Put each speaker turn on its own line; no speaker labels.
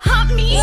Help me!